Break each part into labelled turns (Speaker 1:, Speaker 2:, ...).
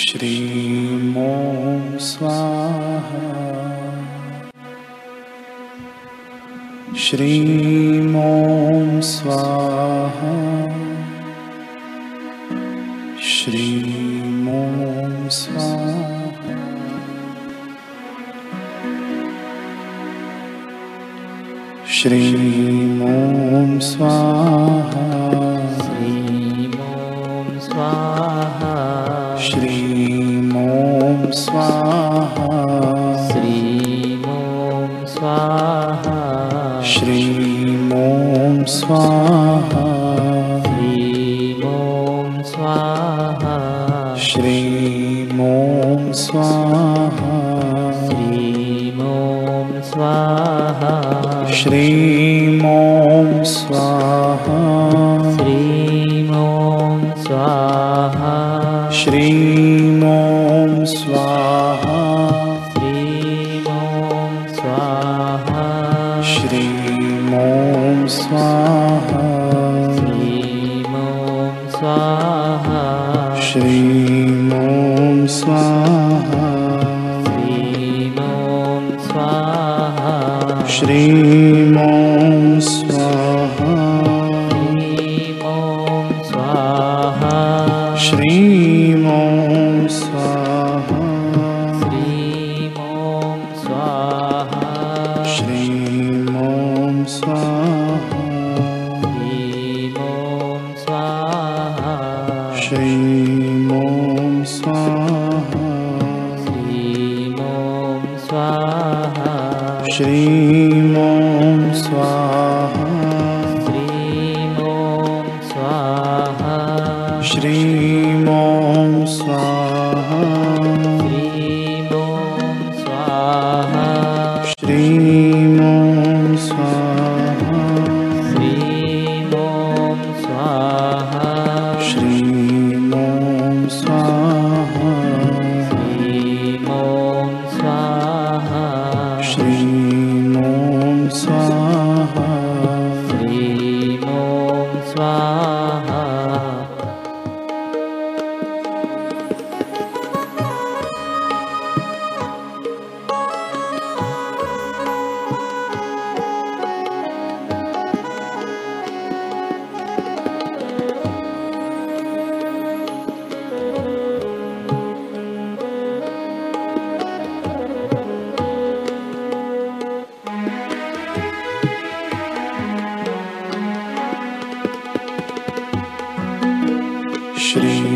Speaker 1: श्रीमो स्वाहा श्रीमों स्वाहा श्रीमों स्वाहा श्रीमों स्वाहा
Speaker 2: श्रीमों स्वाहा
Speaker 1: श्रीमों स्वाहा
Speaker 2: श्रीमों स्वाहा
Speaker 1: श्रीमों स्वाहा
Speaker 2: श्रीमों स्वाहा
Speaker 1: श्रीमों स्वाहा
Speaker 2: श्रीमों स्वाहा
Speaker 1: श्रीमों स्वाहा
Speaker 2: श्रीमों स्वाहा
Speaker 1: श्रीमों स्वाहा
Speaker 2: श्रीमों स्वाहा
Speaker 1: श्रीमों स्वाहा श्रीमों
Speaker 2: श्रीमों स्वाहा
Speaker 1: स्वाहा
Speaker 2: श्रीमों स्वाहा
Speaker 1: श्रीमों स्वाहा
Speaker 2: श्रीमों स्वाहा
Speaker 1: श्रीमों स्वाहा
Speaker 2: श्रीमों
Speaker 1: श्रीमों
Speaker 2: स्वाहा
Speaker 1: स्वाहा श्रीमों स्वाहा श्रीमों
Speaker 2: श्रीमों स्वाहा श्रीमों स्वाहा
Speaker 1: स्वाहा
Speaker 2: श्रीमों स्वाहा
Speaker 1: श्रीमों स्वाहा
Speaker 2: श्रीमों स्वाहा
Speaker 1: श्रीमों स्वाहा
Speaker 2: श्रीमों स्वाहा
Speaker 1: श्रीमों स्वाहा
Speaker 2: ॐ स्वाहा
Speaker 1: श्रीमों स्वाहा
Speaker 2: ॐ स्वाहा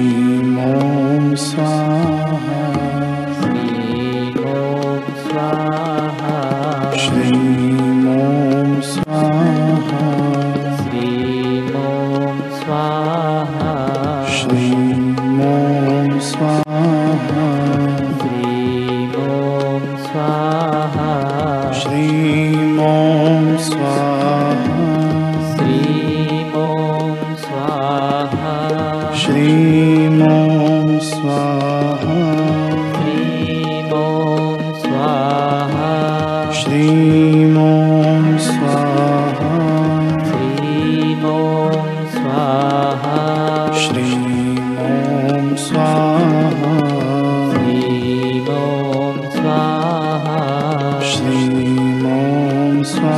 Speaker 1: श्रीमों स्वाहा
Speaker 2: ॐ स्वाहा
Speaker 1: श्रीमों स्वाहा
Speaker 2: ॐ स्वाहा
Speaker 1: श्रीमों स्वाहा
Speaker 2: ॐ स्वाहा
Speaker 1: श्रीमों स्वाहा
Speaker 2: ॐ स्वाहा
Speaker 1: श्रीमों स्वाहा
Speaker 2: ॐ स्वाहा
Speaker 1: श्रीमों स्वाहा
Speaker 2: ॐ स्वाहा
Speaker 1: श्रीमों स्वाहा
Speaker 2: ॐ
Speaker 1: श्रीमों
Speaker 2: स्वाहा
Speaker 1: स्वाहा श्रीमों स्वाहा श्रीमों
Speaker 2: ॐ स्वाहा ॐ स्वाहा
Speaker 1: स्वाहा
Speaker 2: ॐ स्वाहा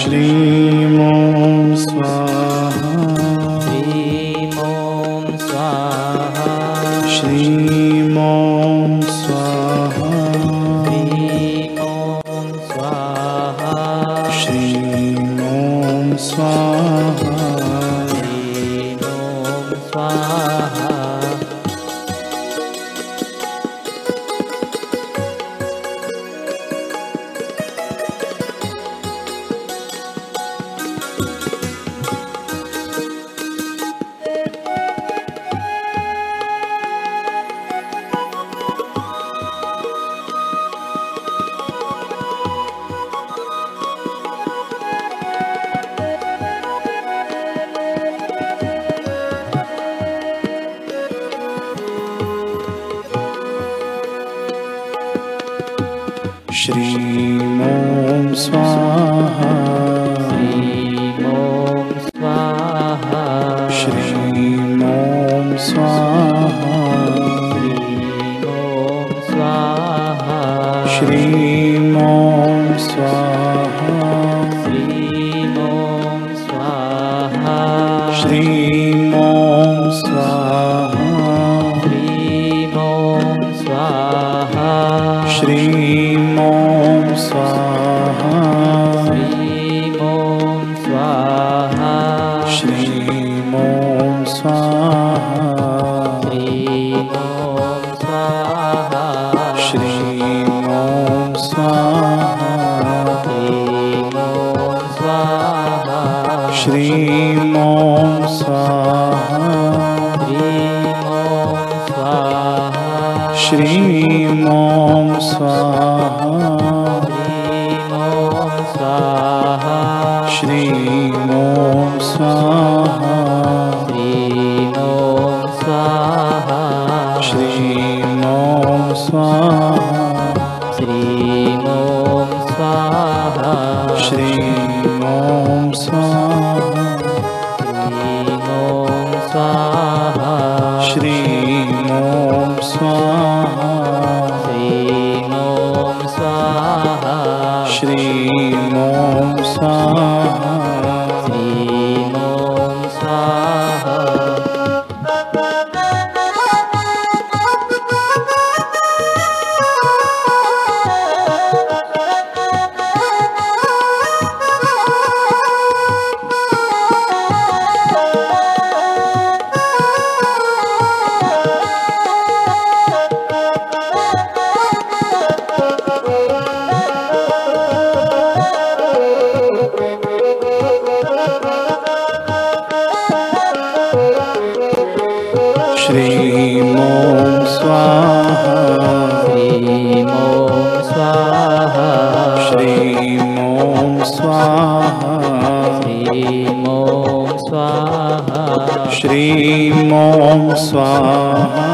Speaker 1: श्रीमों स्वाहा
Speaker 2: ॐ स्वाहा
Speaker 1: श्रीमों स्वाहा
Speaker 2: ॐ स्वाहा
Speaker 1: ह्रीं ॐ स्वाहा
Speaker 2: ह्रीं ॐ स्वाहा
Speaker 1: श्रीं ॐ स्वाहा
Speaker 2: ह्रीं ॐ स्वाहा
Speaker 1: श्रीं ॐ स्वाहा
Speaker 2: ह्रीं ॐ स्वाहा
Speaker 1: श्रीं ॐ स्वाहा
Speaker 2: ह्रीं ॐ स्वाहा
Speaker 1: श्रीं ॐ स्वाहा
Speaker 2: ह्रीं ॐ स्वाहा
Speaker 1: श्रीं ॐ स्वाहा
Speaker 2: ह्रीं ॐ स्वाहा
Speaker 1: श्रीं ॐ स्वाहा
Speaker 2: ह्रीं ॐ स्वाहा
Speaker 1: श्रीं ॐ स्वाहा
Speaker 2: ह्रीं ॐ स्वाहा
Speaker 1: श्रीं ॐ स्वाहा
Speaker 2: ह्रीं
Speaker 1: श्रीं ॐ स्वाहा
Speaker 2: ॐ स्वाहा ह्रीं ॐ स्वाहा
Speaker 1: श्रीं ॐ स्वाहा
Speaker 2: ह्रीं ॐ स्वाहा
Speaker 1: श्रीं ॐ स्वाहा
Speaker 2: ह्रीं ॐ स्वाहा
Speaker 1: श्रीं ॐ स्वाहा
Speaker 2: ह्रीं ॐ स्वाहा
Speaker 1: श्रीं ॐ स्वाहा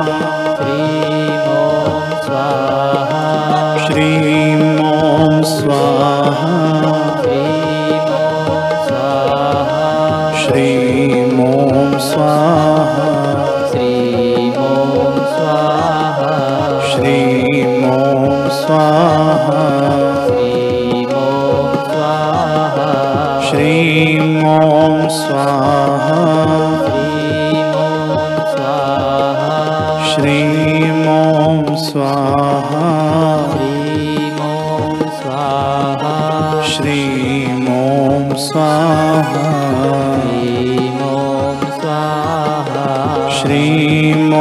Speaker 2: ह्रीं ॐ
Speaker 1: श्रीं
Speaker 2: स्वाहा
Speaker 1: ॐ स्वाहा
Speaker 2: ह्रीं ॐ स्वाहा
Speaker 1: श्रीं ॐ स्वाहा
Speaker 2: ह्रीं ॐ स्वाहा
Speaker 1: श्रीं ॐ स्वाहा
Speaker 2: ह्रीं ॐ स्वाहा
Speaker 1: श्रीं ॐ स्वाहा
Speaker 2: ह्रीं ॐ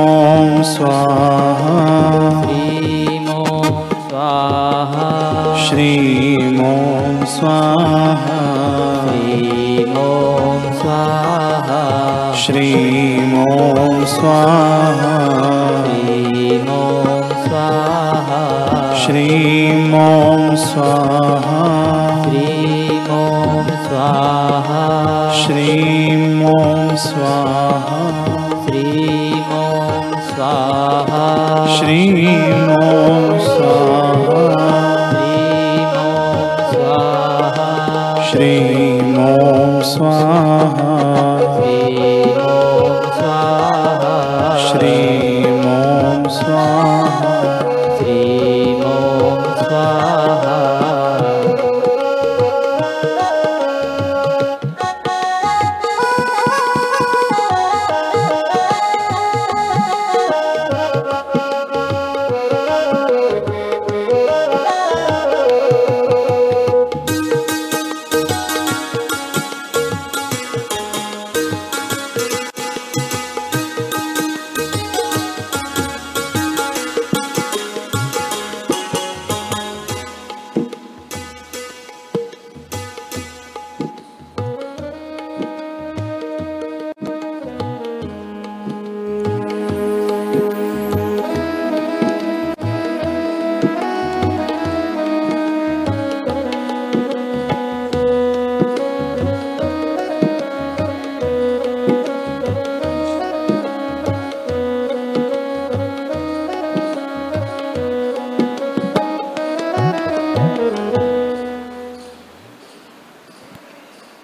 Speaker 2: स्वाहा
Speaker 1: श्रीं ॐ स्वाहा
Speaker 2: ह्रीं ॐ स्वाहा
Speaker 1: श्रीं ॐ स्वाहा
Speaker 2: ह्रीं ॐ स्वाहा
Speaker 1: श्रीं ॐ स्वाहा
Speaker 2: ह्रीं ॐ स्वाहा
Speaker 1: श्रीं ॐ स्वाहा
Speaker 2: ह्रीं ॐ
Speaker 1: श्रीं
Speaker 2: स्वाहा
Speaker 1: ॐ स्वाहा
Speaker 2: ह्रीं ॐ स्वाहा
Speaker 1: श्रीं ॐ स्वाहा
Speaker 2: ह्रीं ॐ स्वाहा
Speaker 1: श्रीं ॐ स्वाहा
Speaker 2: ह्रीं ॐ स्वाहा
Speaker 1: श्रीं ॐ स्वाहा
Speaker 2: ह्रीं ॐ स्वाहा
Speaker 1: श्रीं ॐ स्वाहा